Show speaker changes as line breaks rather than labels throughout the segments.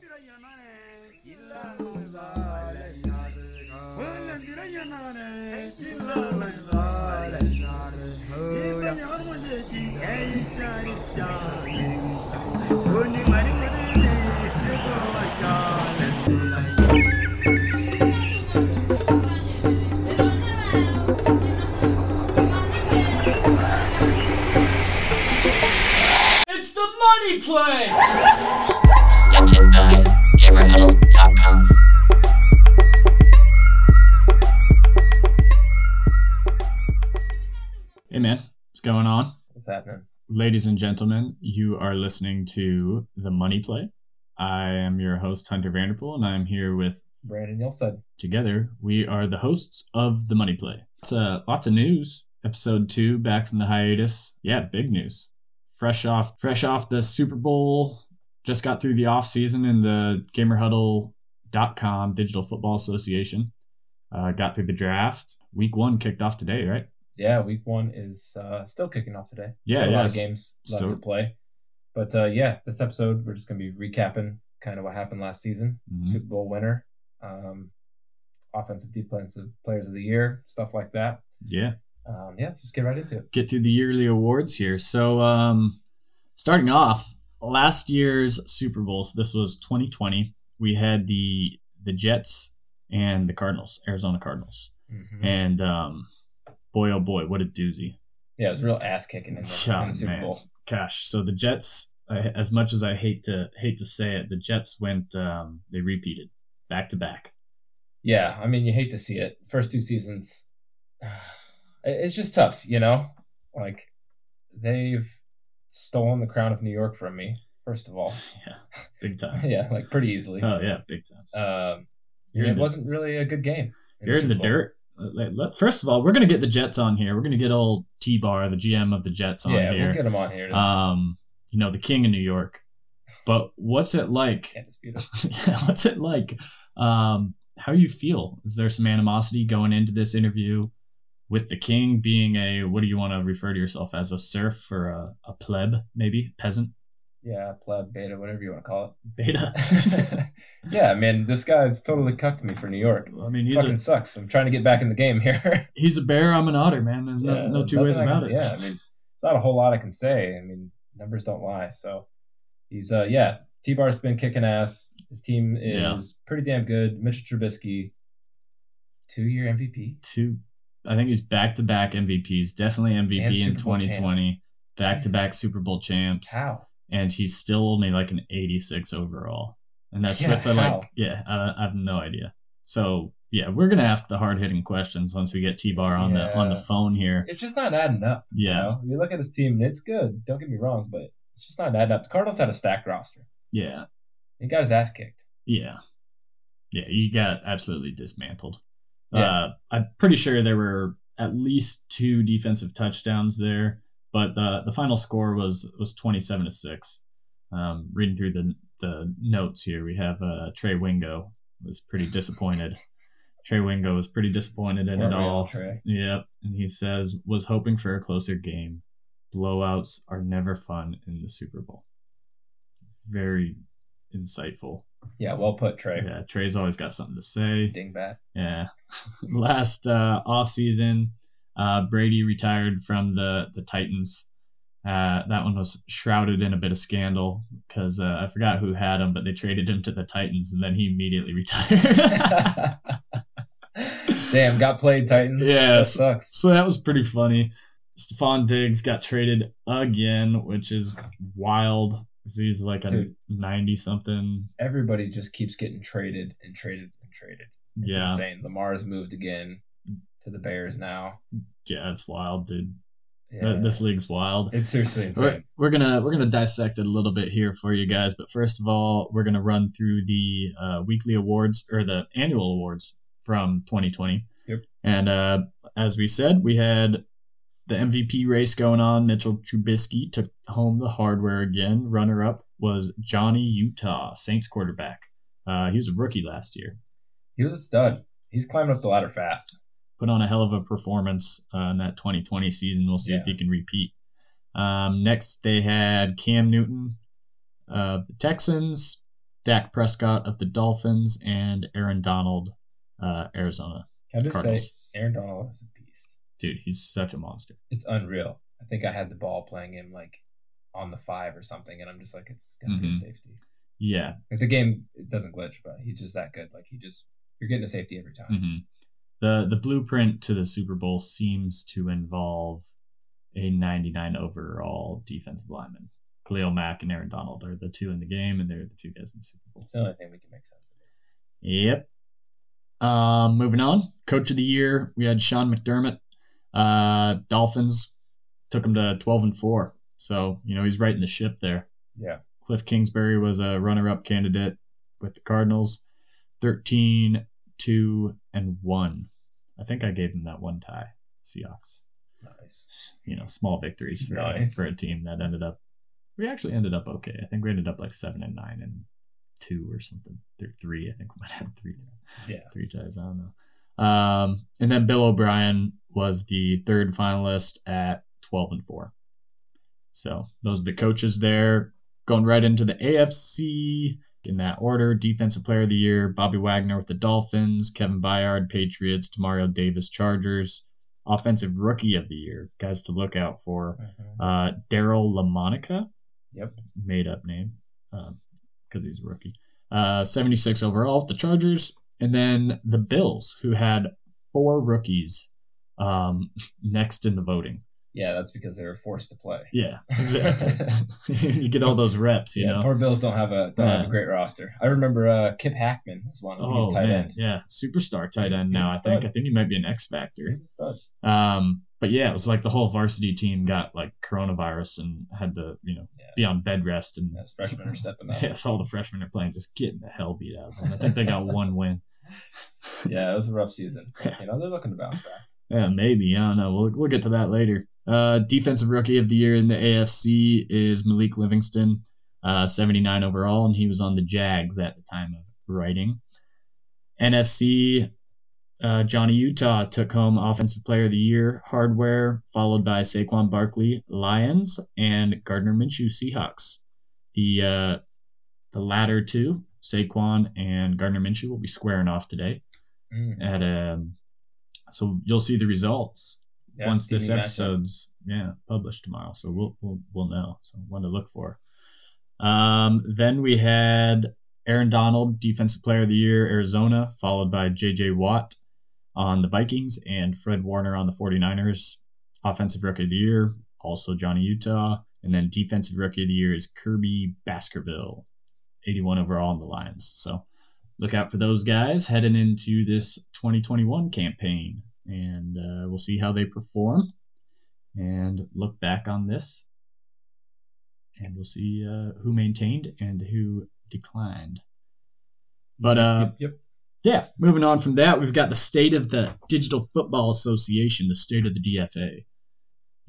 திரையனே இல்லாமைதாலை நாடு வேலன் திரையனானே இல்லாமைதாலை நாடு இப்ப யார் மஞ்சள் ஒன்னு மணி Marudhu
It's the money play!
That's it by GamerHuddle.com.
Hey man, what's going on?
What's happening?
Ladies and gentlemen, you are listening to The Money Play. I am your host, Hunter Vanderpool, and I'm here with,
Brandon Yelson.
together, we are the hosts of The Money Play. It's, uh, lots of news. Episode two, back from the hiatus. Yeah, big news. Fresh off, fresh off the Super Bowl. Just got through the off season in the GamerHuddle.com Digital Football Association. Uh, got through the draft. Week one kicked off today, right?
Yeah, week one is uh, still kicking off today.
Yeah,
a
yeah.
lot of
it's-
games left
still-
to play. But uh, yeah, this episode we're just gonna be recapping kind of what happened last season.
Mhm.
Super Bowl winner, um, offensive, defensive players of the year, stuff like that.
Yeah.
Um, yeah, let's just get right into it.
get through the yearly awards here. So, um, starting off, last year's Super Bowl, so this was 2020, we had the the Jets and the Cardinals, Arizona Cardinals.
Mhm.
And um, boy, oh boy, what a doozy.
Yeah, it was real ass kicking in the,
Yeah,
in the Super
man.
Bowl.
Gosh, so the Jets, I, as much as I hate to hate to say it, the Jets went, um, they repeated back to back.
Yeah, I mean you hate to see it. First two seasons, it- it's just tough, you know. Like they've stolen the crown of New York from me. First of all.
Yeah, big time.
yeah, like pretty easily.
Oh, yeah, big time.
um,
You're
it
in the-
wasn't really a good game.
You're in
Super
the
Bowl.
dirt. Let- let- First of all, we're gonna get the Jets on here. We're gonna get old T Bar, the GM of the Jets, on
Yeah,
here.
we'll get him on here.
um, you know, the king of New York. But what's it like?
Can't dispute it.
what's it like? Um, how you feel? Is there some animosity going into this interview with the king being a what do you want to refer to yourself as a serf or a, a pleb maybe peasant
Yeah, pleb, beta, whatever you want to call
beta?
it. yeah, man, this guy's totally cucked me for New York.
I mean, he's
Fucking
a
sucks. I'm trying to get back in the game here.
he's a bear. I'm an otter, man. There's no,
Yeah,
no two ways
nothing I
about
can-
it.
Yeah, I mean, it's not a whole lot I can say. I mean, numbers don't lie. So he's uh, yeah, T Bar's been kicking ass. His team is
Yeah.
pretty damn good. Mitchell Trubisky, two-year MVP.
two I think he's back to back MVPs, definitely
And
MVP in
Super Bowl champ.
2020, back to back Super Bowl champs,
How?
and he's still only like an 86 overall. And that's
Yeah,
with the
how?
like, yeah, I, I have no idea. So yeah, we're gonna ask the hard hitting questions once we get T Bar on the on the
Yeah.
phone here.
It's just not adding up. You,
Yeah,
know, you look at this team, and it's good. Don't get me wrong, but it's just not adding up. The Cardinals had a stacked roster.
yeah,
He got his ass kicked.
yeah, yeah. You got absolutely dismantled.
Yeah.
Uh, I'm pretty sure there were at least two defensive touchdowns there, but the the final score was was 27 to six. Um, reading through the the notes here, we have uh, Trey Wingo was pretty disappointed. Trey Wingo was pretty disappointed in
Weren't
it
we
all.
Trey?
Yep, and he says was hoping for a closer game. Blowouts are never fun in the Super Bowl. Very insightful.
Yeah, well put, Trey.
Yeah, Trey's always got something to say.
Dingbat.
Yeah. Last uh, offseason, uh, Brady retired from the, the Titans. Uh, that one was shrouded in a bit of scandal because uh, I forgot who had him, but they traded him to the Titans and then he immediately retired.
Damn, got played Titans.
Yeah,
that
so-
sucks.
so that was pretty funny. Stephon Diggs got traded again, which is wild. 'cause He's like a
Dude.
90 something.
Everybody just keeps getting traded and traded and traded. It's
Yeah.
insane. Lamar's moved again to the Bears now.
Yeah, it's wild, dude.
Yeah.
This league's wild.
it's seriously insane.
We're, we're gonna we're gonna dissect it a little bit here for you guys, but first of all, we're gonna run through the uh, weekly awards or the annual awards from 2020.
Yep.
And uh, as we said, we had the MVP race going on. Mitchell Trubisky took home the hardware again. Runner up was Johnny Utah, Saints quarterback. Uh, he was a rookie last year.
He was a stud. He's climbing up the ladder fast.
Put on a hell of a performance uh, in that 2020 season. We'll see if he can repeat. Um, next, they had Cam Newton, uh, the Texans. Dak Prescott of the Dolphins, and Aaron Donald, uh, Arizona
Can I just
Cardinals.
say, Aaron Donald is a beast.
Dude, he's such a monster.
It's unreal. I think I had the ball playing him like on the five or something, and I'm just like, it's gonna be a
Mhm.
safety.
Yeah.
Like the game, it doesn't glitch, but he's just that good. Like he just, you're getting a safety every time.
hmm The the blueprint to the Super Bowl seems to involve a 99 overall defensive lineman. Khalil Mack and Aaron Donald are the two in the game, and they're the two guys in the Super Bowl.
It's the only thing we can make sense of.
Yep. Uh, moving on, coach of the year, we had Sean McDermott. Uh, Dolphins took him to 12 and four, so you know he's right in the ship there.
Yeah.
Cliff Kingsbury was a runner-up candidate with the Cardinals, 13, 2, and 1. I think I gave him that one tie, Seahawks.
Nice.
You know, small victories for,
Nice.
for a team that ended up. We actually ended up okay. I think we ended up like seven and nine and two or something. Or three. I think we might have three.
Yeah.
Three ties. I don't know. Um, and then Bill O'Brien was the third finalist at 12 and four. So those are the coaches there. Going right into the AFC in that order. Defensive Player of the Year, Bobby Wagner with the Dolphins, Kevin Byard, Patriots, Demario Davis, Chargers. Offensive Rookie of the Year, guys to look out for.
Mhm.
Uh, Daryl LaMonica,
Yep.
made up name, because he's a rookie. Uh, 76 overall with the Chargers, and then the Bills, who had four rookies um, next in the voting.
Yeah, that's because they were forced to play.
Yeah, exactly. you get all those reps, you
yeah,
know.
poor Bills don't have a don't have a
Yeah.
great roster. I remember uh, Kip Hackman was one of them. He was
Oh
tight
man,
end.
yeah, superstar tight
He's-
end
he's
now.
a
I think
stud.
I think he might be an X
He
factor.
was a stud.
Um, but yeah, it was like the whole varsity team got like coronavirus and had to you know
Yeah.
be on bed rest and
As freshmen are stepping up.
yeah, so all the freshmen are playing just getting the hell beat out. of them. I think they got one win.
yeah, it was a rough season. But, you know, they're looking to bounce back.
Yeah, maybe. I don't know. We'll, we'll get to that later. Uh, defensive rookie of the year in the AFC is Malik Livingston, uh, 79 overall, and he was on the Jags at the time of writing. NFC, uh, Johnny Utah took home Offensive Player of the Year, Hardware, followed by Saquon Barkley, Lions, and Gardner Minshew, Seahawks. The uh, the latter two, Saquon and Gardner Minshew, will be squaring off today
Mm.
at um so you'll see the results
Yeah,
once
Stevie
this
matchup.
episode's yeah published tomorrow so we'll we'll, we'll know so one to look for um then we had Aaron Donald defensive player of the year Arizona followed by JJ Watt on the Vikings and Fred Warner on the 49ers offensive rookie of the year also Johnny Utah and then defensive rookie of the year is Kirby Baskerville 81 overall on the Lions so look out for those guys heading into this 2021 campaign, and uh, we'll see how they perform. And look back on this, and we'll see uh, who maintained and who declined. But uh,
Yep, yep.
yeah, moving on from that, we've got the state of the Digital Football Association, the state of the DFA,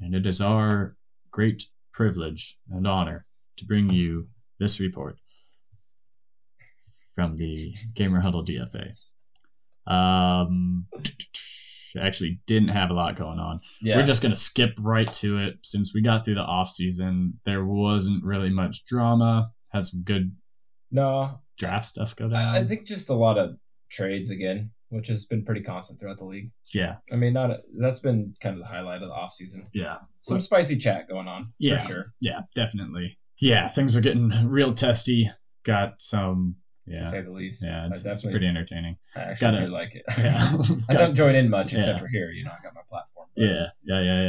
and it is our great privilege and honor to bring you this report from the Gamer Huddle DFA. Um, actually, didn't have a lot going on.
Yeah.
We're just gonna skip right to it since we got through the off season. There wasn't really much drama. Had some good
no.
draft stuff go down.
I, I think just a lot of trades again, which has been pretty constant throughout the league.
yeah,
I mean, not a, that's been kind of the highlight of the offseason.
yeah,
Some spicy chat going on
Yeah.
for sure.
yeah, definitely. Yeah, things are getting real testy. Got some.
to
Yeah,
say the least.
yeah, it's,
I
it's
definitely
pretty entertaining.
I actually
gotta-
do like it.
Yeah,
I don't join in much except
Yeah.
for here. You know, I got my platform. but,
yeah, yeah, yeah,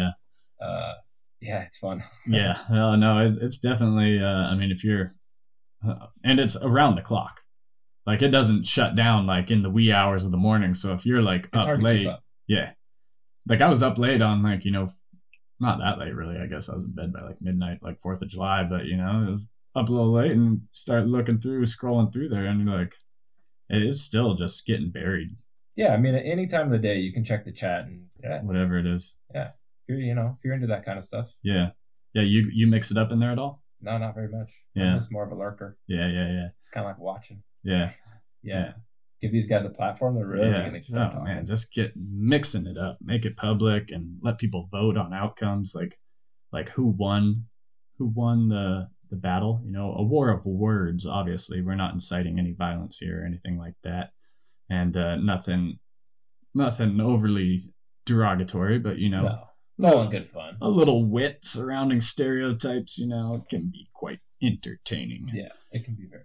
yeah.
Uh, yeah, it's fun.
Yeah, well, no, it, it's definitely. Uh, I mean, if you're, uh, and it's around the clock, like it doesn't shut down like in the wee hours of the morning. So if you're like
It's
up
hard to
late,
keep up.
yeah, like I was up late on like you know, not that late really. I guess I was in bed by like midnight, like Fourth of July. But you know, it was up a little late and start looking through, scrolling through there, and you're like, it is still just getting buried,
Yeah, I mean, at any time of the day, you can check the chat, and yeah, if
whatever it is.
you're, you know, if you're into that kind of stuff,
Yeah, yeah. You you mix it up in there at all?
no, not very much.
Yeah.
I'm just more of a lurker.
Yeah, yeah, yeah,
It's kind of like watching.
yeah.
Yeah.
Yeah.
Give these guys a platform. They're really
yeah.
gonna start
Oh
talking.
man, just get mixing it up, make it public, and let people vote on outcomes like like who won, who won the the battle. You know, a war of words. Obviously, we're not inciting any violence here or anything like that, and uh, nothing, nothing overly derogatory. But you know,
No, it's all in good fun.
a little wit surrounding stereotypes. You know, can be quite entertaining.
Yeah, it can be very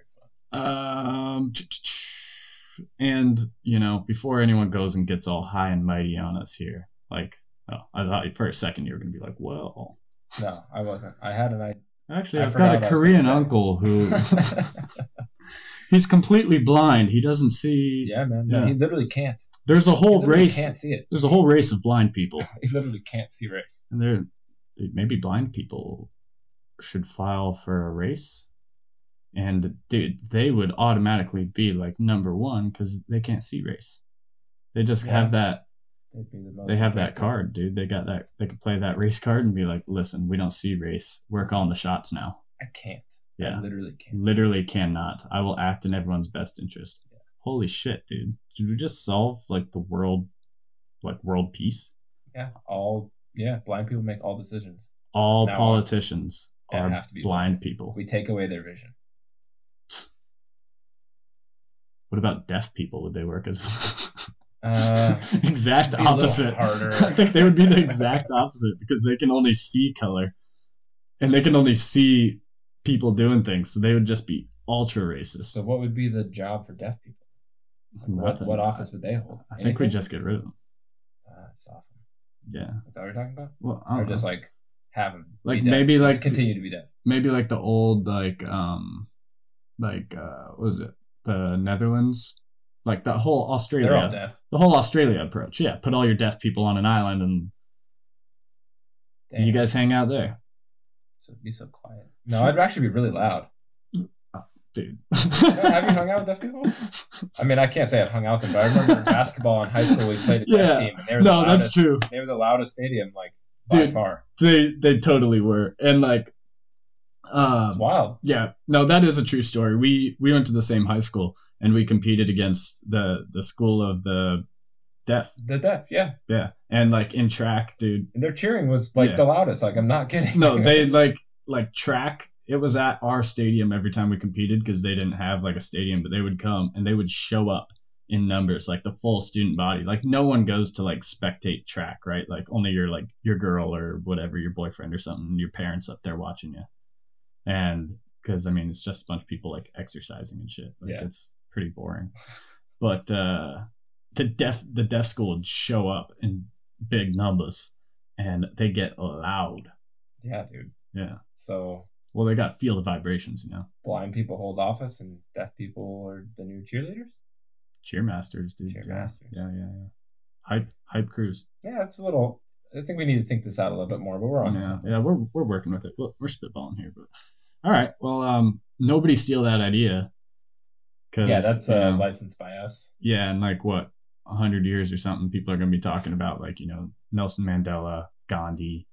fun.
Um, and you know, before anyone goes and gets all high and mighty on us here, like, oh, I thought for a second you were gonna be like, well,
No, I wasn't. I had an idea.
actually,
I
I've
forgot
got
what
a
I was
Korean
gonna say.
uncle who he's completely blind. He doesn't see.
yeah, man. No,
Yeah.
he literally can't.
There's a
He
whole
literally
race.
can't see it.
There's a whole race of blind people,
He literally can't see race.
and they're they- maybe blind people should file for a race, and they they would automatically be like number one because they can't see race. They just
Yeah.
have that
They'd be the most
They have that
effective.
card, dude. They got that. They could play that race card and be like, "Listen, we don't see race. We're calling the shots now."
I can't. I
Yeah,
literally can't.
literally cannot. I will act in everyone's best interest. Holy shit, dude! Did we just solve like the world, like world peace?
Yeah, all yeah, blind people make all decisions.
All
Now what?
politicians
Yeah,
are
have to be
blind people.
We take away their vision.
What about deaf people? Would they work as
Uh,
exact
be a little
opposite?
harder.
I think they would be the exact opposite because they can only see color, and they can only see people doing things. So they would just be ultra racist.
so what would be the job for deaf people? What,
Nothing.
what office would they hold?
I think we
Anything?
just get rid of them.
Uh, just off 'em.
Yeah.
Is that what we're talking about?
Well, I
Or
don't know.
just like have them
Like,
be deaf.
maybe,
Just
like-
continue to be deaf.
maybe like the old like um like uh what was it the Netherlands like that whole
They're all
Australia
deaf.
the whole Australia approach. Yeah, put all your deaf people on an island and
Damn.
you guys hang out there,
So be so quiet. No,
So-
I'd actually be really loud.
dude.
Have you hung out with deaf people? I mean, I can't say I've hung out with them, but I remember in basketball in high school we played a
Yeah.
deaf team, and they were the
no,
loudest,
that's true.
They were the loudest stadium, like by
Dude,
far.
They they totally were, and like
It's
um
wild.
Yeah, no, that is a true story. We we went to the same high school and we competed against the the school of the deaf.
The deaf, yeah.
Yeah, and like in track, dude.
And their cheering was like
Yeah.
the loudest. Like I'm not kidding.
No, they like like track. It was at our stadium every time we competed because they didn't have like a stadium, but they would come and they would show up in numbers, like the full student body. Like no one goes to like spectate track, right? Like only your like your girl or whatever, your boyfriend or something, your parents up there watching you. And because I mean, it's just a bunch of people like exercising and shit. Like
Yeah.
it's pretty boring. But uh, the deaf the deaf school would show up in big numbers, and they get loud.
Yeah, dude.
Yeah.
So
Well, they got feel the vibrations, you know.
blind people hold office, and deaf people are the new cheerleaders.
Cheermasters, dude.
Cheer
yeah.
masters.
Yeah, yeah, yeah. Hype, hype crews.
Yeah, it's a little. I think we need to think this out a little bit more, but we're on. to
Yeah,
something.
yeah. We're we're working with it. We're, we're spitballing here, but all right. Well, um, nobody steal that idea. 'cause,
Yeah, that's
you
uh,
know,
licensed by us.
yeah, and like what, a hundred years or something, people are gonna be talking about like you know Nelson Mandela, Gandhi,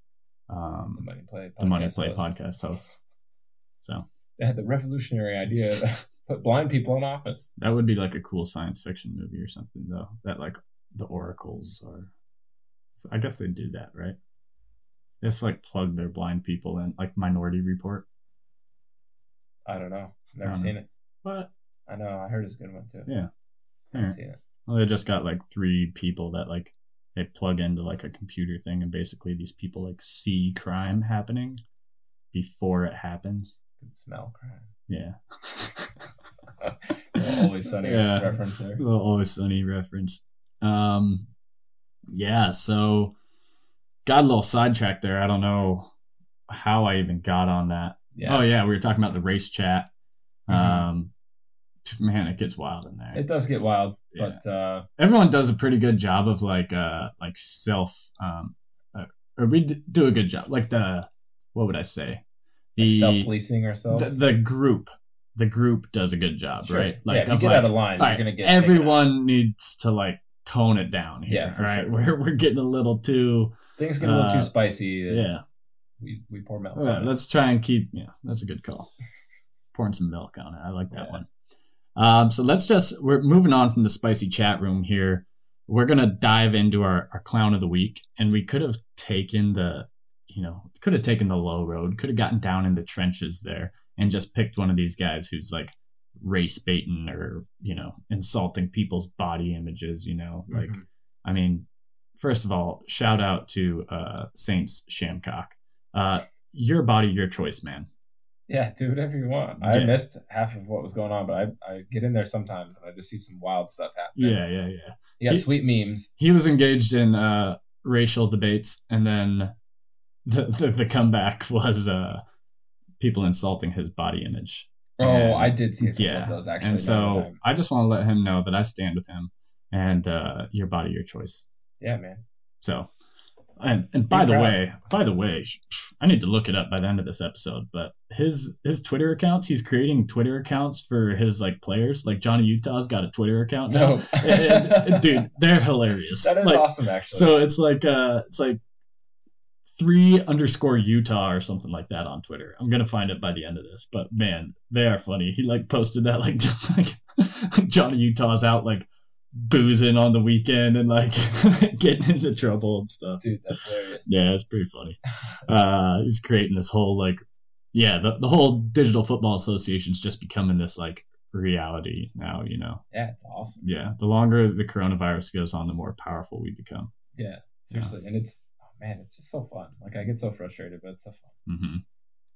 The
um,
Money Play. Podcast
the Money Play
hosts.
podcast hosts. So
They had the revolutionary idea to put blind people in office.
that would be like a cool science fiction movie or something though. That like the oracles are. So I guess they do that, right? They just like plug their blind people in, like Minority Report.
I don't know. Never
I don't
seen it.
But
I know. I heard it's a good one too.
Yeah.
I haven't
Alright.
seen it.
well, they just got like three people that like they plug into like a computer thing, and basically these people like see crime happening before it happens.
Can smell crime.
Yeah.
Little Always sunny
Yeah.
reference there.
Well, always sunny reference. Um, yeah, so got a little sidetracked there. I don't know how I even got on that.
Yeah.
Oh yeah, we were talking about the race chat.
Mhm.
Um, t- man, it gets wild in there.
It does get wild,
Yeah.
but uh,
Everyone does a pretty good job of like uh like self um uh, or we d- do a good job like the what would I say
like
the
self-policing
the,
ourselves.
the group the group does a good job
Sure.
right
yeah, if you
of,
get out of line,
all
you're
right,
gonna get taken out.
everyone needs to like tone it down here.
Yeah, for
right.
sure.
We're we're getting a little too
Things get a little
uh,
too spicy. and
yeah.
We, we pour milk.
All right,
on it.
let's try and keep yeah, that's a good call. Pouring some milk on it. I like that
Yeah.
one. Um, so let's just we're moving on from the spicy chat room here. We're gonna dive into our, our clown of the week, and we could have taken the you know could have taken the low road, could have gotten down in the trenches there and just picked one of these guys who's like race baiting or you know insulting people's body images. You know, like
Mhm.
I mean, first of all, shout out to uh, Saints Shamcock. Uh, your body, your choice, man.
yeah, do whatever you want. I
Yeah.
missed half of what was going on, but I, I get in there sometimes and I just see some wild stuff happening.
Yeah, yeah, yeah.
You got
He-
sweet memes.
he was engaged in uh, racial debates, and then the, the the comeback was uh, people insulting his body image.
Oh,
And-
I did see a couple
yeah,
of those actually.
and
now that
so
I'm-
I just want to let him know that I stand with him, and uh, your body, your choice.
yeah, man.
So, and and by
Be
the
proud.
way, by the way, sh- sh- I need to look it up by the end of this episode. But his his Twitter accounts, he's creating Twitter accounts for his like players. Like Johnny Utah's got a Twitter account now.
No,
And- and- dude, they're hilarious.
that is
Like,
awesome actually.
so it's like uh, it's like three underscore Utah or something like that on Twitter. I'm gonna find it by the end of this, but man, they are funny. He like posted that like, like Johnny Utah's out like boozing on the weekend and like getting into trouble and stuff.
dude, that's hilarious.
Yeah, it's pretty funny. Uh, he's creating this whole like, yeah, the the whole Digital Football Association's just becoming this like reality now. You know,
Yeah, it's awesome.
yeah. The longer the coronavirus goes on, the more powerful we become.
Seriously, and it's oh, man, it's just so fun. Like I get so frustrated, but it's so fun.
hmm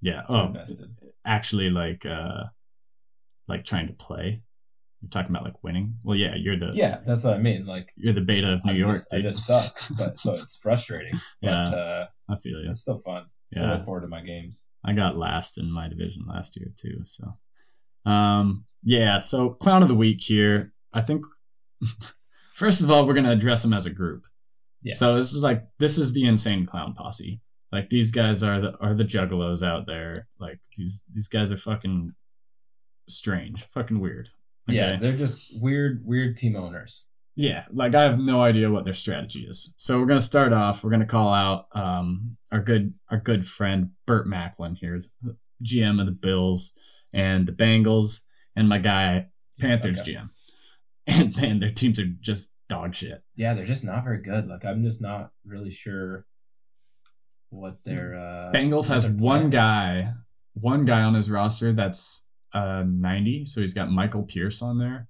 Yeah.
So
Oh,
invested.
actually, like, uh, like trying to play. You're talking about like winning. Well, yeah, you're the
Yeah, that's what I mean. Like
you're the beta of New
I
York.
just, I
dude.
just suck, but so it's frustrating. But
Yeah.
uh,
I feel you.
it's still fun. Still
Yeah.
look forward to my games.
I got last in my division last year too. So, um, yeah. So clown of the week here. I think first of all we're gonna address them as a group.
Yeah.
So this is like this is the insane clown posse. Like these guys are the are the juggalos out there. Like these these guys are fucking strange, fucking weird.
Yeah,
Okay?
they're just weird, weird team owners.
Yeah, like I have no idea what their strategy is. So we're gonna start off. We're gonna call out um, our good our good friend Burt Macklin here, the GM of the Bills and the Bengals, and my guy Panthers
Okay.
GM. And man, their teams are just dog shit.
Yeah, they're just not very good. Like I'm just not really sure what their uh,
Bengals
what
has
their
one
plan
guy, one guy on his roster that's uh, 90, so he's got Michael Pierce on there.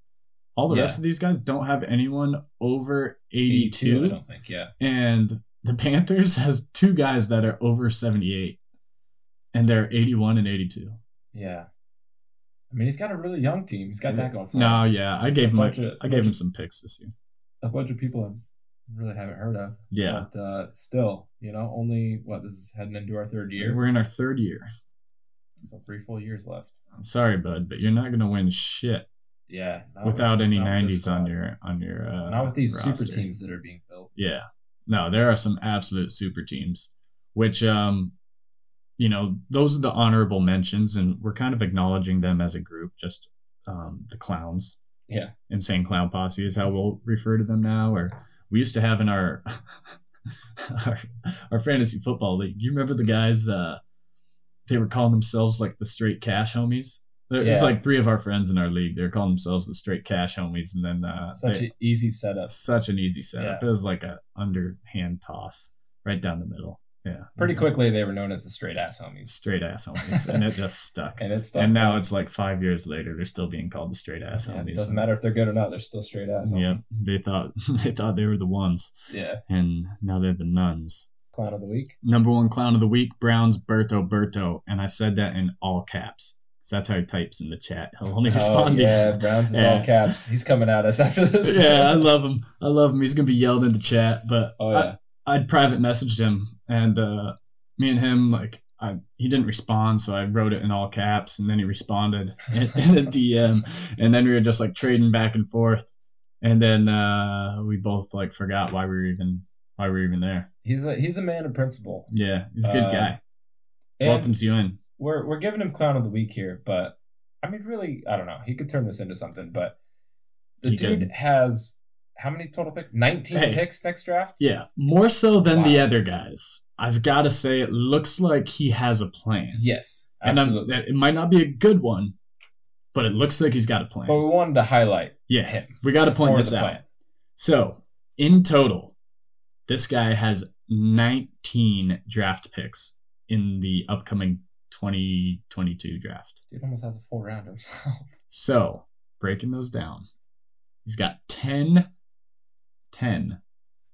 All the
Yeah.
rest of these guys don't have anyone over
is.
82.
I don't think. Yeah,
and the Panthers has two guys that are over 78, and they're 81 and 82.
yeah. I mean, he's got a really young team. He's got that going for
No,
him.
yeah, I gave him like,
bunch of-
I gave him some picks this year.
A bunch of people I really haven't heard of.
Yeah,
But uh, still, you know, only what this is heading into our third year.
we're in our third year.
So three full years left.
Sorry, bud, but you're not gonna win shit
Yeah. not with-
without any
not with
90s
this
on
squad.
your on your. Uh,
Not with these
roster.
super teams that are being built.
Yeah, no, there are some absolute super teams, which um, you know, those are the honorable mentions, and we're kind of acknowledging them as a group, just um, the clowns.
Yeah.
insane clown posse is how we'll refer to them now or we used to have in our our, our fantasy football league you remember the guys uh they were calling themselves like the straight cash homies there was
Yeah.
like three of our friends in our league they were calling themselves the straight cash homies and then uh
Such
they-
an easy setup.
such an easy setup it was like a underhand toss right down the middle yeah
Pretty quickly, they were known as the straight ass homies.
straight ass homies and it just stuck
And it's
and now it's like five years later they're still being called the straight ass
yeah,
homies
it doesn't matter if they're good or not. They're still straight ass.
yeah,
homies.
they thought they thought they were the ones,
Yeah.
and now they're the nuns.
Clown of the week.
Number one clown of the week, Browns Berto Berto, and I said that in all caps. So that's how he types in the chat. He'll only
Oh,
respond. to-
yeah, Browns is all
Yeah.
caps. He's coming at us after this.
yeah, I love him. I love him. He's gonna be yelled in the chat, but
Oh yeah.
I, I'd private messaged him, and uh, me and him like. I, he didn't respond, so I wrote it in all caps, and then he responded in, in a DM, and then we were just like trading back and forth, and then uh, we both like forgot why we were even why we were even there.
He's a he's a man of principle.
Yeah, he's a good
Uh,
guy.
And
Welcomes you in.
we're we're giving him clown of the week here, but I mean, really, I don't know. He could turn this into something, but the
He
dude
could.
has how many total picks? Nineteen
Hey.
picks next draft.
Yeah, more so than the
Wow.
other guys. I've got to say, it looks like he has a plan.
Yes,
And I'm-
absolutely.
that- it might not be a good one, but it looks like he's got a plan.
But we wanted to highlight
yeah,
him.
we got to point
Or
this
the
out.
plan.
So, in total, this guy has 19 draft picks in the upcoming 2022 draft.
Dude almost has a full round himself.
So, breaking those down, he's got 10, 10,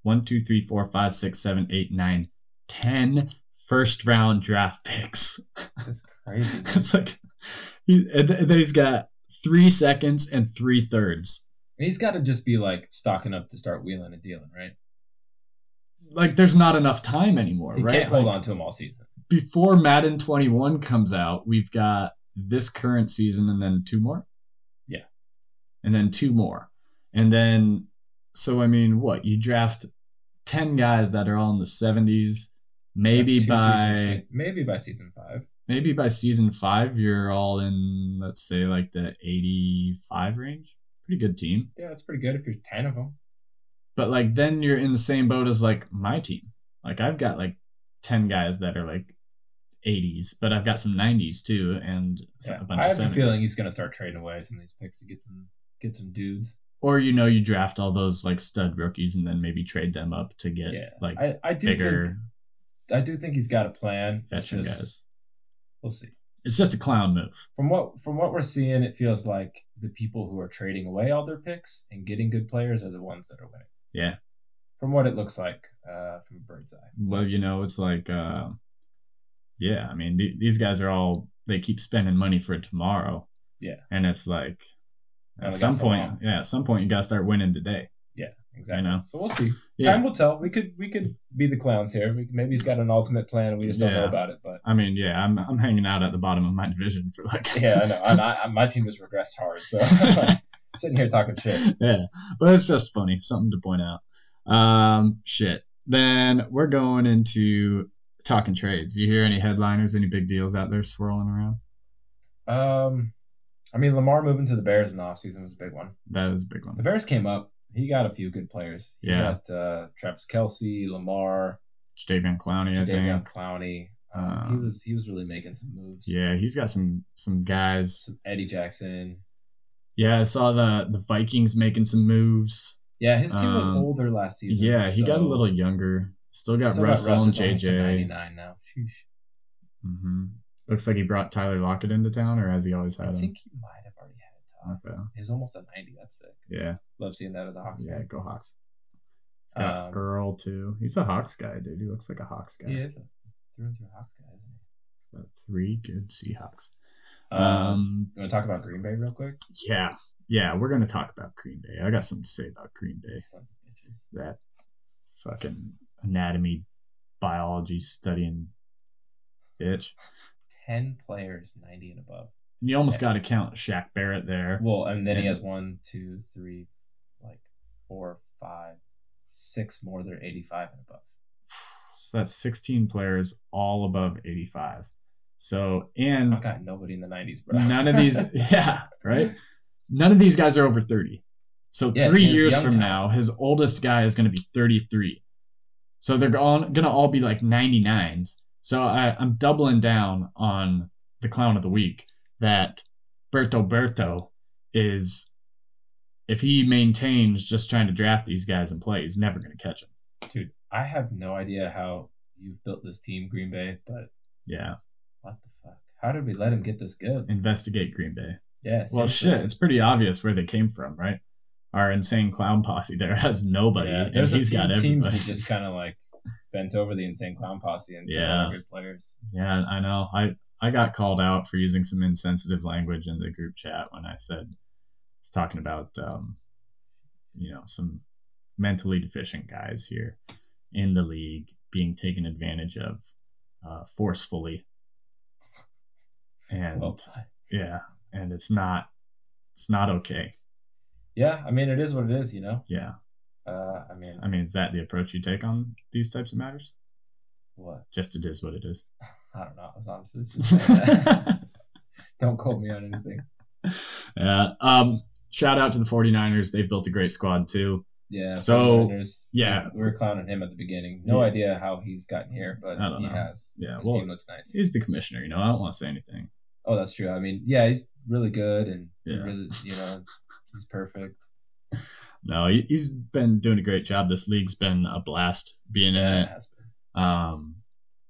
1, 2, 3, 4, 5, 6, 7, 8, 9, 10 first round draft picks.
It's crazy. dude.
it's like, he, and th- and then he's got three seconds and three thirds.
He's got to just be like stocking up to start wheeling and dealing, right?
Like, there's not enough time anymore,
You
right?
can't hold
Like,
on to him all season.
Before Madden 21 comes out, we've got this current season and then two more.
Yeah.
And then two more. And then, so I mean, what? You draft 10 guys that are all in the 70s. Maybe
Two
by
seasons in- maybe by season five.
maybe by season five, you're all in let's say like the 85 range. Pretty good team.
Yeah, that's pretty good if you're ten of them.
but like then you're in the same boat as like my team. Like I've got like ten guys that are like 80s, but I've got some 90s too, and s-
Yeah.
a bunch
I
of
have a
70s.
feeling he's gonna start trading away some of these picks to get some get some dudes.
or you know, you draft all those like stud rookies and then maybe trade them up to get
Yeah,
like
I, I do
bigger
think I do think he's got a plan. It's
veteran
just-
guys.
We'll see.
It's just a clown move.
From what from what we're seeing, it feels like the people who are trading away all their picks and getting good players are the ones that are winning.
Yeah.
From what it looks like uh, from a bird's eye.
Well, you know, it's like, uh, yeah, I mean, th- these guys are all they keep spending money for tomorrow.
Yeah.
and it's like
Now
at
they
some
got so
point,
long.
yeah, at some point you gotta start winning today.
Exactly.
know.
So we'll see.
Yeah.
Time will tell. We could we could be the clowns here. We, maybe he's got an ultimate plan and we just don't know
Yeah.
about it. But
I mean, yeah, I'm I'm hanging out at the bottom of my division for like
yeah, I know. And I, I- my team has regressed hard. So like, sitting here talking shit.
yeah, but it's just funny, something to point out. Um, shit. Then we're going into talking trades. You hear any headliners, any big deals out there swirling around?
Um, I mean Lamar moving to the Bears in the offseason was a big one.
That was a big one.
The Bears came up. He got a few good players. He
Yeah.
got uh, Travis Kelsey, Lamar,
Jadavion Clowney, I
Jadavion
think.
Clowney.
Um,
he was he was really making some moves.
Yeah, he's got some some guys.
Some Eddie Jackson.
Yeah, I saw the the Vikings making some moves.
Yeah, his team was
Um,
older last season.
Yeah, he got a
so-
little younger. Still got
still
Russell and
Russ is almost a
JJ.
99 now. Sheesh.
hmm Looks like he brought Tyler Lockett into town, or has he always
I
had him?
think he might have already had it.
Okay.
He was almost at 90. That's sick.
Yeah.
Love seeing that as a Hawks
Yeah,
fan.
go Hawks. He's got
Um,
girl too. He's a Hawks guy, dude. He looks like a Hawks guy.
He is a through and through Hawks guy, isn't he?
He's got three good Seahawks.
Um,
Um,
you want to talk about Green Bay real quick?
yeah, yeah, we're gonna talk about Green Bay. I got something to say about Green Bay.
Sons of bitches.
That fucking anatomy, biology studying bitch.
10 players, 90 and above.
And you almost got to count Shaq Barrett there.
Well, and then he
Yeah.
has one, two, three, like four, five, six more that are 85 and above.
So that's 16 players, all above 85. So and
I've got nobody in the 90s, bro.
none of these yeah right none of these guys are over 30 so
Yeah,
three
his
years
young
from
time.
now his oldest guy is going to be 33 so they're all, gonna all be like 99s so I, i'm doubling down on the clown of the week that berto berto is if he maintains just trying to draft these guys and play he's never going to catch them
Dude, I have no idea how you've built this team, Green Bay, but
yeah
what the fuck? How did we let him get this good?
investigate green bay
Yes.
Well, shit, it's pretty obvious where they came from, right? Our insane clown posse there has nobody,
Yeah,
and
a
he's
few
got
teams
everybody.
that just kind of like bent over the insane clown posse and took
Yeah.
all the good players.
Yeah, I know. I I got called out for using some insensitive language in the group chat when I said I was talking about um, you know, some mentally deficient guys here in the league being taken advantage of uh, forcefully, and
Well,
yeah, and it's not it's not okay.
yeah, I mean it is what it is, you know.
Yeah,
Uh, I mean,
I mean, is that the approach you take on these types of matters?
what?
just it is what it is.
I don't know. I was honestly just saying that. don't quote me on anything.
yeah. Um, shout out to the 49ers. They've built a great squad too.
Yeah.
So,
Sanders,
yeah.
we were clowning him at the beginning. No
Yeah.
idea how he's gotten here, but
I don't
he
know.
has.
Yeah,
His
well,
team looks nice.
He's the commissioner, you know. I don't want to say anything.
Oh, that's true. I mean, yeah, he's really good and he
Yeah.
really, you know, he's perfect.
No, he- he's been doing a great job. This league's been a blast being in it.
Has been.
Um,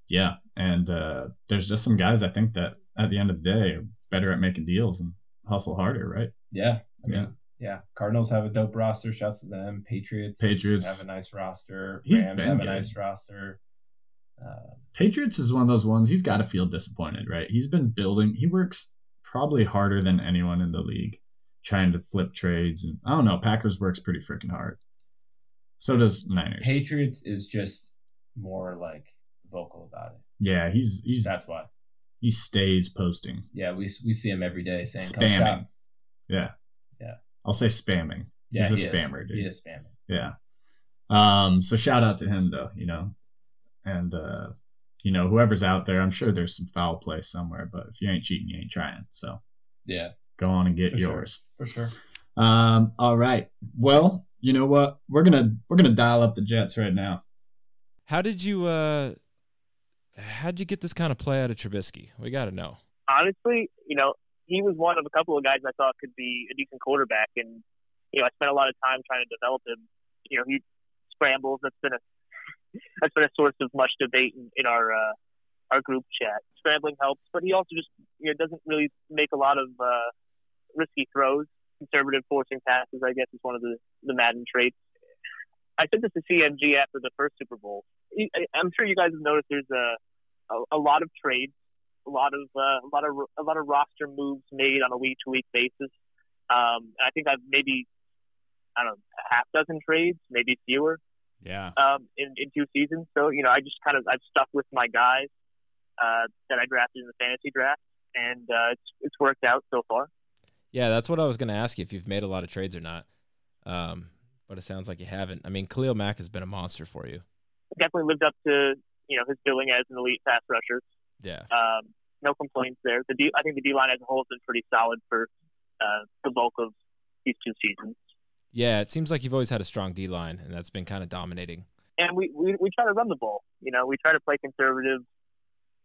Yeah, and uh, there's just some guys I think that at the end of the day are better at making deals and hustle harder, right?
Yeah. I mean,
Yeah.
yeah. Cardinals have a dope roster. Shouts to them. Patriots.
Patriots.
have a nice roster.
He's
Rams
been
have
good.
a nice roster. Uh,
Patriots is one of those ones he's got to feel disappointed, right? He's been building. He works probably harder than anyone in the league, trying to flip trades. And I don't know. Packers works pretty freaking hard. So does Niners.
Patriots is just more like vocal about it.
yeah, he's he's
That's why.
he stays posting,
Yeah, we we see him every day saying "Come
spamming.
shop."
Yeah.
Yeah.
I'll say spamming.
Yeah,
He's a
he is.
spammer, dude.
He is spamming.
Yeah. Um, so shout out to him though, you know. And uh, you know, whoever's out there, I'm sure there's some foul play somewhere, but if you ain't cheating, you ain't trying. So
Yeah,
go on and get
For sure.
yours.
for sure.
Um, all right. Well, you know what? We're gonna we're gonna dial up the Jets right now.
How did you uh how'd you get this kind of play out of Trubisky? We gotta know.
honestly, you know, he was one of a couple of guys I thought could be a decent quarterback, and you know, I spent a lot of time trying to develop him. You know, he scrambles. That's been a that's been a source of much debate in, in our uh, our group chat. Scrambling helps, but he also just you know doesn't really make a lot of uh, risky throws. Conservative forcing passes, I guess, is one of the the Madden traits. I sent this to CMG after the first Super Bowl. I- I'm sure you guys have noticed there's a a, a lot of trades a lot of uh, a lot of a lot of roster moves made on a week to week basis. Um, I think I've maybe I don't know a half dozen trades, maybe fewer
Yeah.
um, in, in two seasons. So you know I just kind of I've stuck with my guys uh, that I drafted in the fantasy draft, and uh, it's it's worked out so far.
Yeah, that's what I was gonna ask you if you've made a lot of trades or not. Um, but it sounds like you haven't. I mean, Khalil Mack has been a monster for you.
Definitely lived up to you know his billing as an elite pass rusher.
Yeah.
Um, no complaints there. The D, I think the D line as a whole has been pretty solid for uh, the bulk of these two seasons.
Yeah, it seems like you've always had a strong D line and that's been kind of dominating.
and we, we, we try to run the ball. You know, we try to play conservative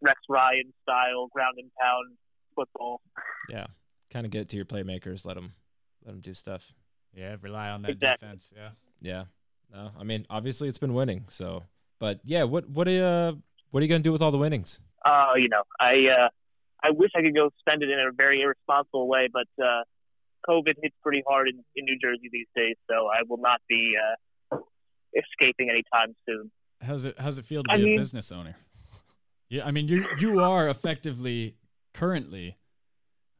Rex Ryan style ground and pound football.
Kind of get it to your playmakers, let them let them do stuff.
Yeah, rely on that
Exactly.
defense. Yeah.
Yeah. No, I mean, obviously it's been winning, so but yeah, what what uh what are you gonna do with all the winnings?
Uh, you know, I uh, I wish I could go spend it in a very irresponsible way, but uh, COVID hits pretty hard in, in New Jersey these days, so I will not be uh, escaping anytime soon.
How's it How's it feel to
I
be a
mean-
business owner? Yeah, I mean you you are effectively currently.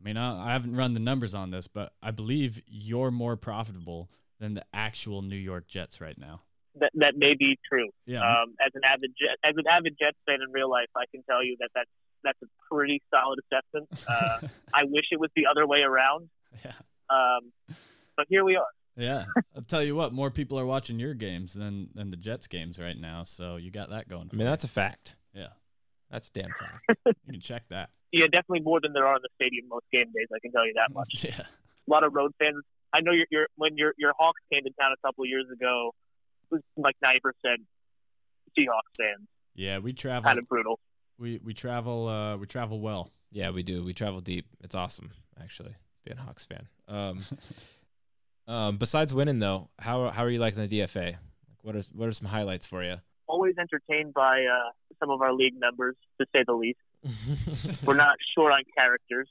I mean I, I haven't run the numbers on this, but I believe you're more profitable than the actual New York Jets right now.
That that may be true.
Yeah,
Um, as an avid Jet, as an avid Jets fan in real life, I can tell you that that's that's a pretty solid assessment. Uh, I wish it was the other way around,
yeah,
um, but here we are.
yeah. I'll tell you what, more people are watching your games than than the Jets games right now, so you got that going.
I mean,
for
that's a fact.
Yeah.
That's a damn fact.
you. you can check that.
Yeah, definitely more than there are in the stadium most game days. I can tell you that much.
Yeah,
A lot of road fans. I know your your when your your Hawks came to town a couple of years ago, it was like ninety percent Seahawks fans.
yeah. We
Mm-hmm.
travel.
Kind of brutal.
We we travel. Uh, we travel well.
yeah, we do. We travel deep. It's awesome, actually, being a Hawks fan. Um, um, besides winning though, how how are you liking the DFA? Like, what are what are some highlights for you?
Always entertained by uh, some of our league members, to say the least. We're not short on characters.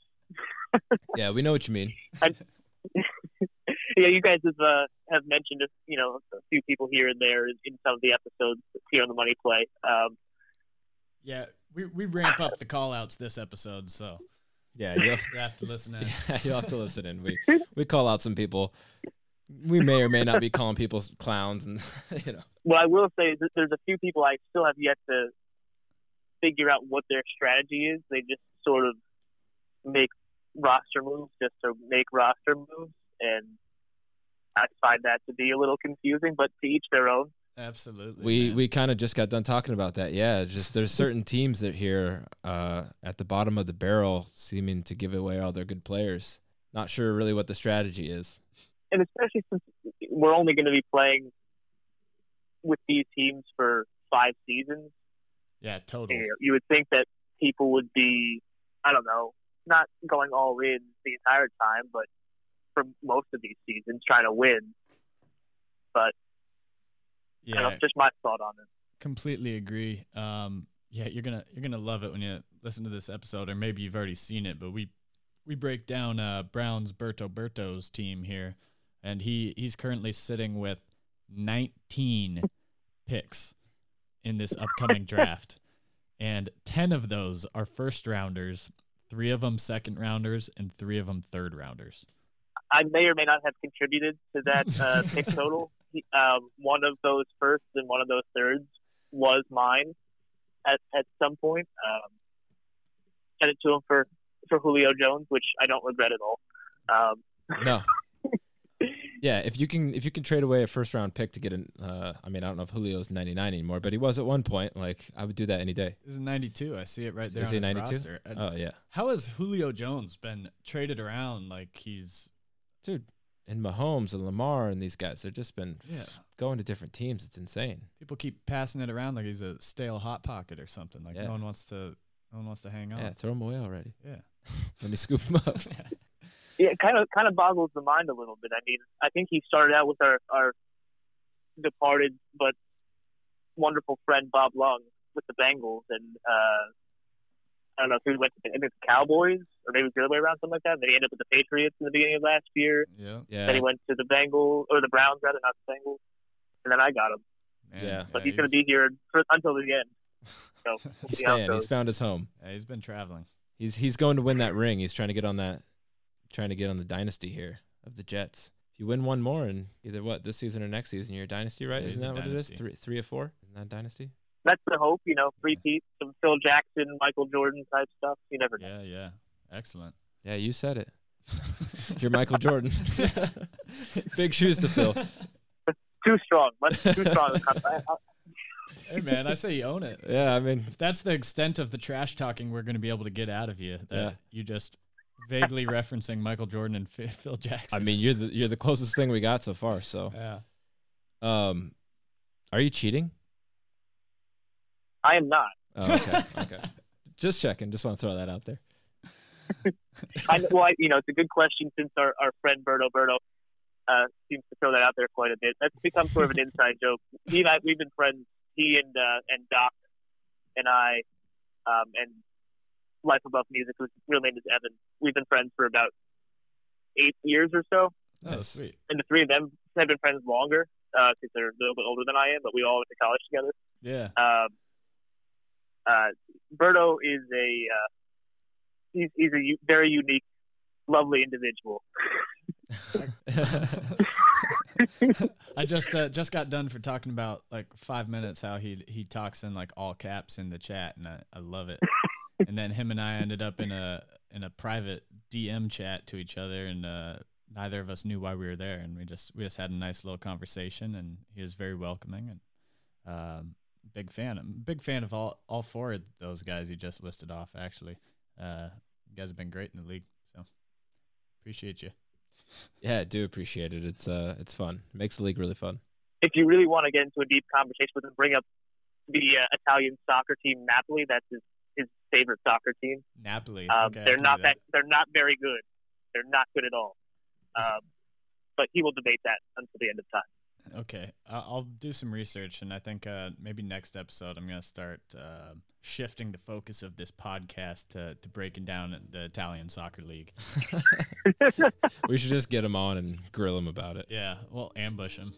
yeah, we know what you mean.
Yeah, you guys have uh, have mentioned you know a few people here and there in some of the episodes here on the Money Play. Um,
Yeah, we we ramp up the call outs this episode, so
Yeah, you'll,
you have to listen in.
yeah, you'll have to listen in. We we call out some people. We may or may not be calling people clowns, and you know.
what I will say is that there's a few people I still have yet to figure out what their strategy is. They just sort of make roster moves just to make roster moves, and I find that to be a little confusing. But to each their own.
Absolutely.
We
man.
we kind of just got done talking about that. Yeah, just there's certain teams that here uh, at the bottom of the barrel seeming to give away all their good players. Not sure really what the strategy is.
and especially since we're only going to be playing with these teams for five seasons,
yeah, total.
you, know, you would think that people would be, I don't know, not going all in the entire time, but for most of these seasons trying to win.
Yeah,
I don't know, just my thought on it.
completely agree. Um,
yeah, you're gonna you're gonna love it when you listen to this episode, or maybe you've already seen it. But we we break down uh, Brown's Berto Berto's team here, and he he's currently sitting with 19 picks in this upcoming draft, and 10 of those are first rounders, three of them second rounders, and three of them third rounders.
I may or may not have contributed to that uh, pick total. He- Um, one of those firsts and one of those thirds was mine at, at some point. Um, sent it to him for, for Julio Jones, which I don't regret at all. Um,
No. Yeah, if you can if you can trade away a first round pick to get an uh, I mean I don't know if Julio's 99 anymore, but he was at one point. Like I would do that any day.
This is 92. I see it right there
Is
on
he
his
92?
roster. And
Oh yeah,
How has Julio Jones been traded around like he's
dude. And Mahomes and Lamar and these guys, they've just been
Yeah.
going to different teams. It's insane.
people keep passing it around like he's a stale hot pocket or something. Like
Yeah.
no one wants to no one wants to hang on.
Yeah,
Yeah.
throw them away already. Let me scoop them up.
yeah, it kind of kind of boggles the mind a little bit. I mean, I think he started out with our, our departed but wonderful friend Bob Lung with the Bengals, and uh, I don't know if he went to the, I think the Cowboys or maybe it was the other way around, something like that. Then he ended up with the Patriots in the beginning of last year.
yeah.
Yeah,
Then he went to the Bengals or the Browns rather, not the Bengals. And then I got him,
man.
Yeah.
but he's, going to be here for, until the end. So we'll
he's
see how it
staying. He's
goes.
found his home.
yeah, he's been traveling.
He's he's going to win that ring. He's trying to get on that, trying to get on the dynasty here of the Jets. If you win one more in either what this season or next season, you're a dynasty, right?
Yeah, he's
Isn't
a
that what it
dynasty.
is? Three three or four? Isn't that dynasty?
That's the hope, you know, three peats, some Phil Jackson, Michael Jordan type stuff. You never know.
Yeah, yeah. Excellent.
Yeah, you said it. You're Michael Jordan. Big shoes to fill.
Too strong, much too strong. I- I-
Hey man, I say you own it.
Yeah, I mean,
If that's the extent of the trash talking we're going to be able to get out of you, that
Yeah.
you just vaguely referencing Michael Jordan and Ph- Phil Jackson.
I mean, you're the you're the closest thing we got so far. So,
yeah.
um, are you cheating?
I am not.
Oh, okay, okay. Just checking. Just want to throw that out there.
I, well, I, you know, it's a good question since our, our friend Berto Berto uh, seems to throw that out there quite a bit. That's become sort of an inside joke. He and I, we've been friends. He and uh, and Doc and I um, and Life Above Music, whose real name is Evan. We've been friends for about eight years or so,
Oh,
Nice.
sweet.
and the three of them have been friends longer because they're a little bit older than I am. But we all went to college together.
Yeah.
Um, uh, Berto is a uh, he's, he's a u- very unique, lovely individual.
I just uh, just got done for talking about like five minutes how he he talks in like all caps in the chat and I, I love it. and then him and I ended up in a in a private DM chat to each other and uh, neither of us knew why we were there and we just we just had a nice little conversation and he was very welcoming and um, big fan. I'm a big fan of all all four of those guys you just listed off actually. Uh, you guys have been great in the league, so appreciate you.
Yeah, I do appreciate it. It's uh, it's fun. makes the league really fun.
If you really want to get into a deep conversation with him, bring up the uh, Italian soccer team Napoli. That's his, his favorite soccer team.
Napoli.
Um,
okay, I
they're
can
not
do
that. They're not very good. They're not good at all.
Is-
Um, but he will debate that until the end of time.
Okay, I- I'll do some research, and I think uh, maybe next episode I'm gonna start uh, shifting the focus of this podcast to, to breaking down the Italian soccer league.
We should just get him on and grill him about it.
Yeah, we'll ambush him.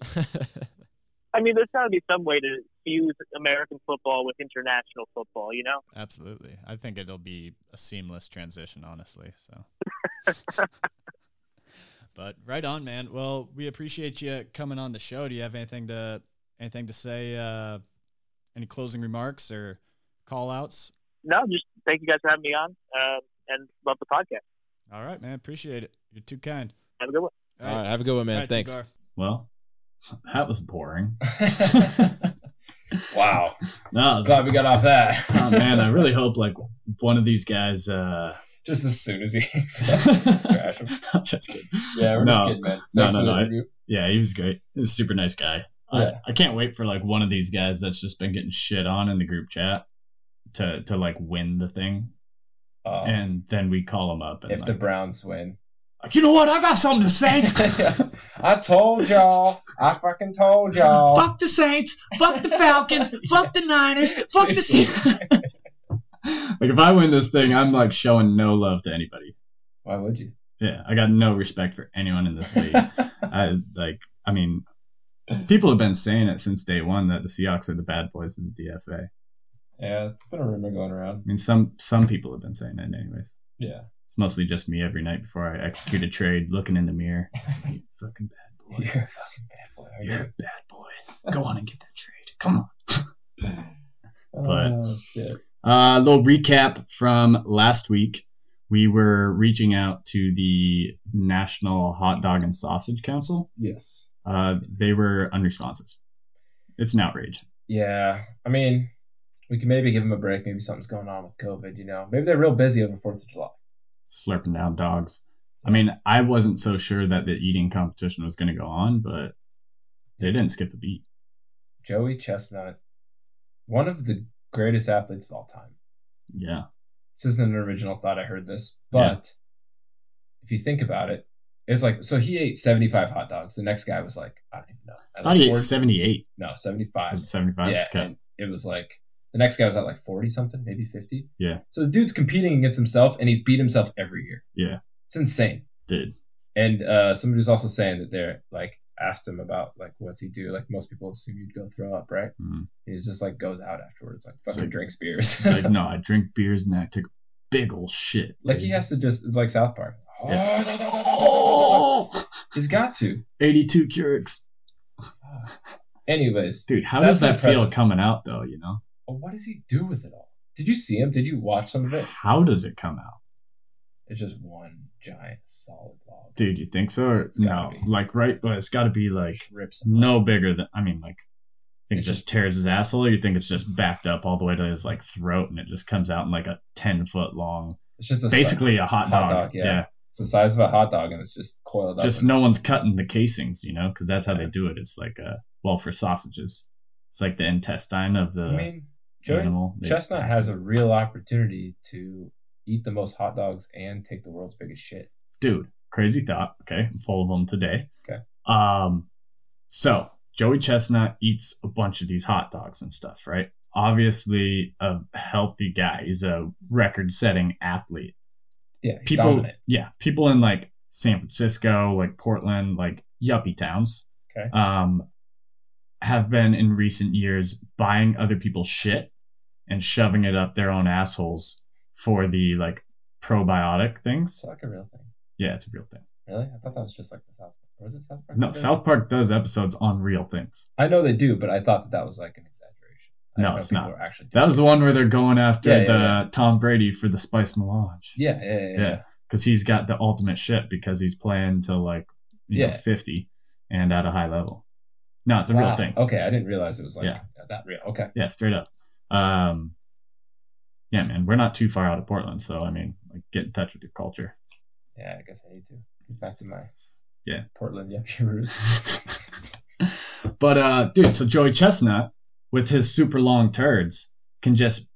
I mean, there's got to be some way to fuse American football with international football. You know.
Absolutely, I think it'll be a seamless transition, honestly. So, but right on, man. Well, we appreciate you coming on the show. Do you have anything to anything to say? Uh, any closing remarks or call outs?
No, just thank you guys for having me on, um, and love the podcast.
All right, man. Appreciate it. You're too kind.
Have a good one.
All right, have a good one, man.
All right,
Thanks.
Jabbar.
Well, that was boring.
wow.
No, it was-
Glad we got off that.
oh man, I really hope like one of these guys. uh
Just as soon as he trash him.
I'm just kidding.
Yeah, we're just
No.
kidding, man.
No,
Thanks
no,
for the
no, I-
review.
Yeah, he was great. He's a super nice guy.
Yeah.
I, I can't wait for like one of these guys that's just been getting shit on in the group chat to to like win the thing,
Uh,
and then we call him up and
if
like,
the Browns win.
you know what? I got something to say.
I told y'all. I fucking told y'all.
Fuck the Saints. Fuck the Falcons. Fuck the Niners. Fuck the. Se-
like if I win this thing, I'm like showing no love to anybody.
Why would you?
Yeah, I got no respect for anyone in this league. I like, I mean, people have been saying it since day one that the Seahawks are the bad boys of the DFA. I
yeah, it's been a rumor going around.
mean, some some people have been saying it anyways.
Yeah.
It's mostly just me every night before I execute a trade, looking in the mirror. You fucking bad boy.
You're a fucking bad boy. Are
You're
you?
a bad boy. Go on and get that trade. Come on. But-
Oh, shit.
A Uh, little recap from last week. We were reaching out to the National Hot Dog and Sausage Council.
Yes.
Uh, they were unresponsive. It's an outrage.
Yeah. I mean, we can maybe give them a break. Maybe something's going on with COVID, you know? Maybe they're real busy over 4th of July.
Slurping down dogs. I mean, I wasn't so sure that the eating competition was going to go on, but they didn't skip a beat.
Joey Chestnut, one of the greatest athletes of all time.
Yeah.
This isn't an original thought. I heard this, but
Yeah.
if you think about it, it's like so he ate 75 hot dogs. The next guy was like, I don't even know.
I thought he ate
Forty-
78.
No, 75.
Was it 75?
Yeah,
Okay.
and it was like the next guy was at like 40 something, maybe 50.
Yeah.
So the dude's competing against himself, and he's beat himself every year.
Yeah.
It's insane.
Dude.
And uh, somebody was also saying that they're like asked him about like what's he do? Like most people assume you'd go throw up, right?
Mm.
He just like goes out afterwards, like
It's
fucking
like-
drinks beers.
It's like, no, I drink beers and I took a big ol' shit.
Like he
dude.
has to just it's like South Park.
Oh!
He's got to.
82 Keurigs.
Anyways,
Dude, how
That's
does that feel
impressive.
coming out though, you know?
what does he do with it all? Did you see him? Did you watch some of it?
How does it come out?
It's just one giant solid log.
Dude, you think so? Or
It's
no.
gotta be.
Like right but it's gotta be like
Just rips him.
no bigger than I mean like I think it
It's
just tears his asshole, or you think it's just backed up all the way to his like throat and it just comes out in like a ten foot long
It's just a
basically a hot,
Hot
dog.
dog, yeah. It's the size of a hot dog, and it's just coiled up.
Just
and-
no one's cutting the casings, you know, because that's how they do it. It's like uh well for sausages. It's like the intestine of the
I mean, Joey
animal. They-
Chestnut has a real opportunity to eat the most hot dogs and take the world's biggest shit.
dude, crazy thought. Okay, I'm full of them today.
Okay.
Um, so Joey Chestnut eats a bunch of these hot dogs and stuff, right? Obviously, a healthy guy. He's a record-setting athlete.
Yeah, he's
People,
dominant.
yeah, people in like San Francisco, like Portland, like yuppie towns.
Okay.
Um, have been in recent years buying other people's shit and shoving it up their own assholes for the like probiotic
It's
things.
like a real thing.
Yeah, it's a real thing.
Really? I thought that was just like the South Park. Or was it South Park?
No, South Park does episodes on real things.
I know they do, but I thought that that was like an exaggeration.
No,
I didn't know
it's
people
not.
were Actually doing
That was
it.
the one where they're going after
Yeah, yeah,
the
yeah.
Tom Brady for the Spice Melange.
Yeah, yeah, yeah. yeah.
Yeah. Because he's got the ultimate shit because he's playing till like you know,
Yeah.
50 and at a high level. No, it's a
Wow.
real thing.
Okay, I didn't realize it was like
Yeah.
that real. Okay.
Yeah, straight up. Um, yeah, man, we're not too far out of Portland. So, I mean, like, get in touch with your culture.
Yeah, I guess I need to get back to my
Yeah.
Portland yuppie roots.
but uh dude, so Joey Chestnut with his super long turds can just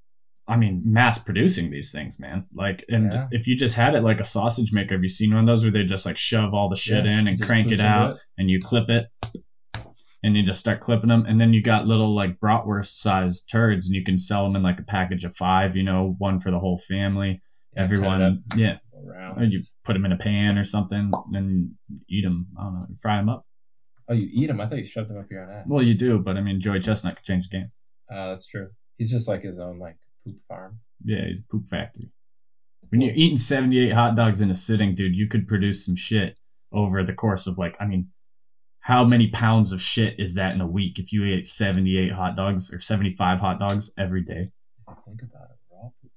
I mean, mass producing these things, man. Like and
Yeah.
if you just had it like a sausage maker, have you seen one of those where they just like shove all the shit
Yeah,
in and
just
crank it
poops into
out and you clip it and you just start clipping them and then you got little like bratwurst sized turds and you can sell them in like a package of 5, you know, one for the whole family.
Yeah, cut it
Everyone, yeah,
up Around.
and you put them in a pan or something, and then eat them. I don't know, fry them up.
Oh, you eat them? I thought you shoved them up your own ass.
Well, you do, but I mean, Joey Chestnut could change the game.
Uh, that's true. He's just like his own like poop farm.
Yeah, he's a poop factory. When you're eating 78 hot dogs in a sitting, dude, you could produce some shit over the course of like, I mean, how many pounds of shit is that in a week if you ate 78 hot dogs or 75 hot dogs every day?
Think about it. We're all poop.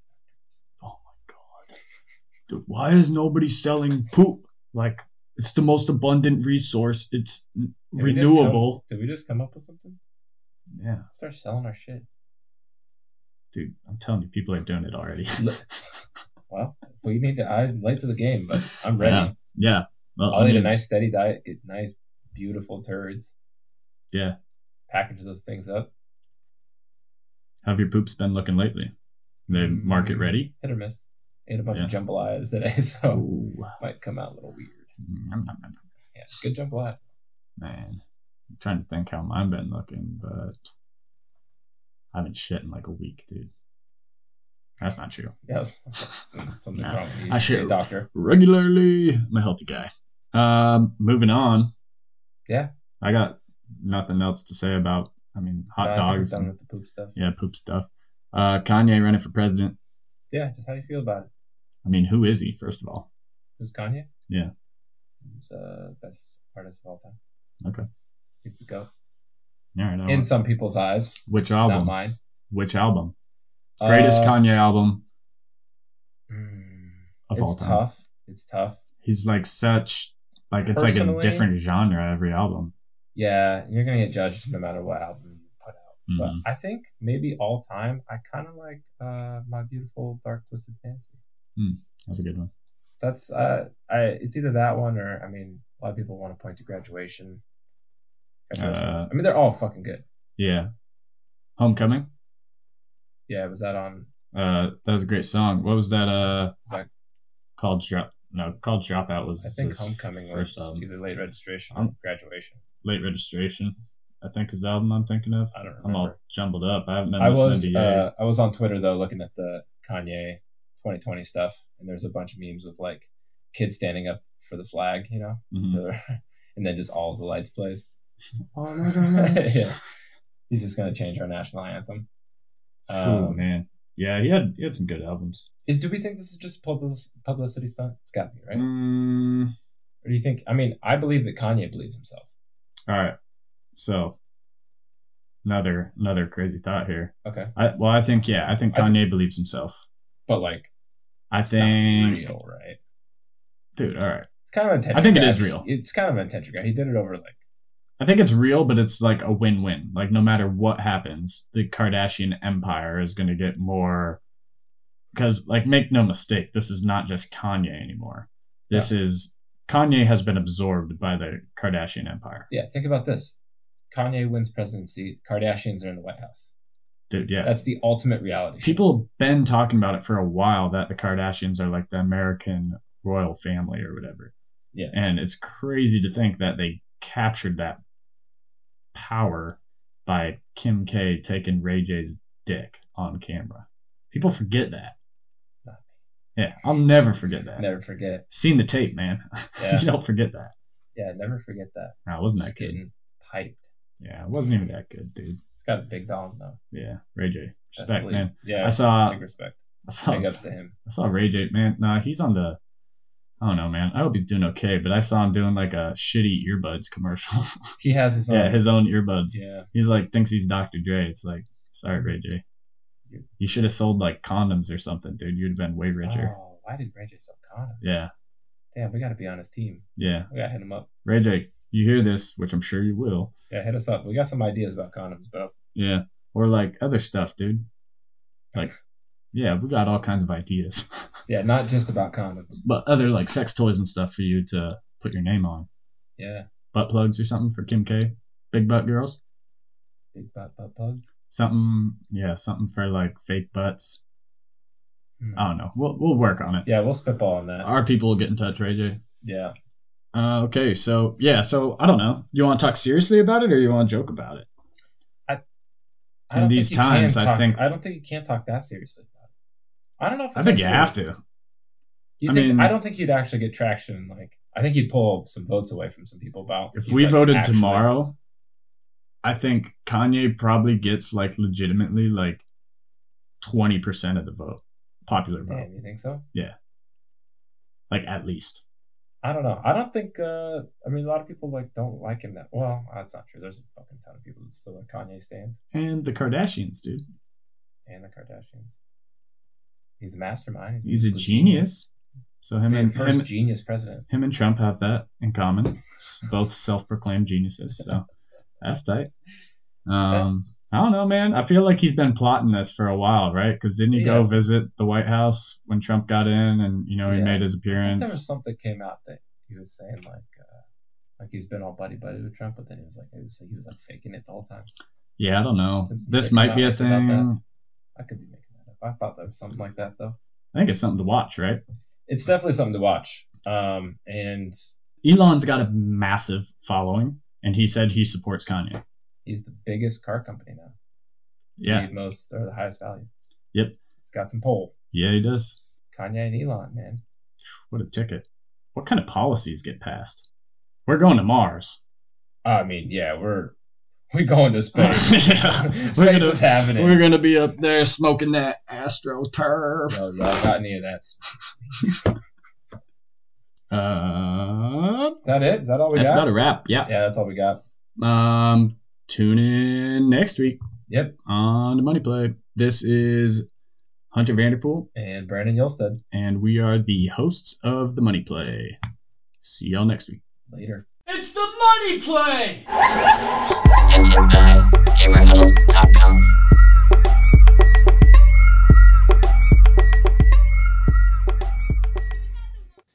Oh my god. Dude, why is nobody selling poop? Like, it's the most abundant resource. It's n-
Did we just
renewable.
come- Did we just come up with something?
Yeah.
Start selling our shit.
dude, I'm telling you, people are doing it already.
Well, we need to. I'm late to the game, but I'm ready.
Yeah. yeah. Well,
I'll
I
eat Oh, a
mean,
nice steady diet. Get nice, beautiful turds.
Yeah.
Package those things up.
how have your poops been looking lately? The market
Mm.
ready?
Hit or miss. Ate a bunch of
Yeah.
jambalayas today, so
Ooh.
might come out a little weird.
Mm, nom, nom, nom.
Yeah, good jambalaya.
Man. I'm trying to think how mine been looking, but I haven't shit in like a week, dude. That's not true.
Yes. Something
Nah,
wrong with you.
I should-
Hey, Doctor.
Regularly, I'm a healthy guy. Um, moving on.
Yeah.
I got nothing else to say about. I mean, hot
Nah, I think we're
dogs.
Done
and-
with the poop stuff.
yeah, poop stuff. Uh, Kanye running for president.
Yeah. Just how you feel about it?
I mean, who is he? First of all,
Who's Kanye?
Yeah.
He's uh, best artist of all time.
Okay.
He's the go.
all right. I don't-
In some people's eyes,
which
not
album?
mine.
Which album? Greatest
Uh,
Kanye album
mm,
of all
It's
time.
tough. It's tough.
He's like such like it's
Personally-
like a different genre every album.
Yeah, you're gonna get judged no matter what album you put out. But
Mhm.
I think maybe all time, I kind of like uh, my beautiful dark twisted fantasy.
That's a good one.
That's uh, I it's either that one or I mean, a lot of people want to point to graduation. Graduation.
Uh,
I mean, they're all fucking good.
Yeah. Homecoming.
Yeah, was that on?
Uh, that was a great song. What was that? Uh,
Like-
called drop. No, called dropout was.
I think
his
homecoming was
first album.
either late registration or
Um,
graduation.
Late registration. I think is the album I'm thinking of.
I don't remember.
I'm all jumbled up. I haven't been
I
listening
was
to you.
uh, I was on Twitter though looking at the Kanye 2020 stuff, and there's a bunch of memes with like kids standing up for the flag, you know,
Mhm.
and then just all of the lights plays.
Yeah.
yeah. He's just gonna change our national anthem.
Phew,
Um,
Oh, man. Yeah, he had he had some good albums.
And Do we think this is just public- publicity stunt? It's got to be, right?
Mm,
Or do you think? I mean, I believe that Kanye believes himself.
all right. So another another crazy thought here.
Okay,
I, well, I think yeah, I think
I-
Kanye believes himself.
but like,
I
it's not
think,
real, right?
dude. All right.
It's kind of an attention.
I think it
grab.
is real.
It's kind of an attention grab. He did it over like.
I think it's real, but it's like a win-win. Like no matter what happens, the Kardashian empire is going to get more. Because like, make no mistake, this is not just Kanye anymore. This is Kanye has been absorbed by the Kardashian empire,
Yeah, think about this. Kanye wins presidency. Kardashians are in the White House.
dude. Yeah,
That's the ultimate reality. show.
people have been talking about it for a while that the Kardashians are like the American royal family or whatever.
Yeah.
And it's crazy to think that they captured that power by Kim K taking Ray J's dick on camera. People forget that.
Not
Yeah, I'll never forget that.
never forget.
Seen the tape, man.
Yeah.
you don't forget that.
Yeah, never forget that.
No, it wasn't that
Just
good.
getting hyped.
Yeah, it wasn't even that good, dude.
It's got a big dom though.
Yeah, Ray J.
That's
Respect,
elite.
man.
Yeah,
I saw, Oh.
big respect.
I saw
Big ups to him.
I saw Ray J, man. Nah, he's on the. I don't know, man. I hope he's doing okay, but I saw him doing like a shitty earbuds commercial.
He has his own.
yeah, his own earbuds.
yeah.
He's like thinks he's Dr. Dre. It's like, sorry, Ray J. You should have sold like condoms or something, dude. You'd have been way richer.
Oh, why did Ray J sell condoms?
Yeah,
Damn, we gotta be on his team.
yeah.
We gotta hit him up.
Ray J, you hear this, which I'm sure you will.
Yeah, hit us up. We got some ideas about condoms, but
Yeah, or like other stuff, dude. Like, yeah, we got all kinds of ideas,
yeah, not just about condoms.
but other like sex toys and stuff for you to put your name on.
Yeah,
Butt plugs or something for Kim K. Big butt girls.
big butt butt plugs.
something yeah something for like fake butts
Hmm.
i don't know we'll, we'll work on it
Yeah, we'll spitball on that.
our people will get in touch right jay
Yeah.
uh, okay so yeah so i don't know you want to talk seriously about it or you want to joke about it
I
In
don't
these
think you
times,
can
I
talk-
think-
I don't think you can talk that seriously. about it. I don't know if
i
it's
think
that
you have
serious.
to
You
I
think,
mean-
I don't think you'd actually get traction. Like, I think you'd pull some votes away from some people. About
if
you'd,
we
like,
voted
actually-
tomorrow i think kanye probably gets like legitimately like 20% of the vote popular vote
Damn, you think so?
like at least
I don't know. I don't think. Uh, I mean, a lot of people like don't like him that. Well, that's not true. There's a fucking ton of people that still like Kanye stands
and the kardashians dude
and the Kardashians. He's a mastermind.
he's a
the
genius so him
I mean,
and
first
him,
genius president.
him and Trump have that in common. S- Both self-proclaimed geniuses, so that's tight. Um, I don't know, man. I feel like he's been plotting this for a while, right? Because didn't he
He
go
has.
visit the White House when Trump got in, and you know he
Yeah.
made his
I think there was
appearance?
something that came out that he was saying like, uh, like he's been all buddy buddy with Trump, but then he was like, it was he was like faking it the whole time.
Yeah, I don't know.
Did some
This
fake
might be a
announcements about
thing.
I could be making that up. I thought there was something like that though.
I think it's something to watch, right?
It's definitely something to watch. Um, and
Elon's got a massive following. and he said he supports Kanye.
He's the biggest car company now.
Yeah,
The most or the highest value.
Yep.
It's got some pull.
yeah, he does.
Kanye and Elon, man.
What a ticket! What kind of policies get passed? We're going to Mars.
I mean, yeah, we're we going to space.
Yeah,
space
we're gonna-
is happening.
We're gonna be up there smoking that astroturf.
No, y'all got any of that? Is
Uh,
that it? Is that all we
that's
got?
about a wrap. Yeah.
yeah, that's all we got.
Um, tune in next week
Yep.
on the Money Play. This is Hunter Vanderpool,
And Brandon Yolstead.
and we are the hosts of the Money Play. See y'all next week.
Later.
It's the money play!
Presented by GamerHuddle.com.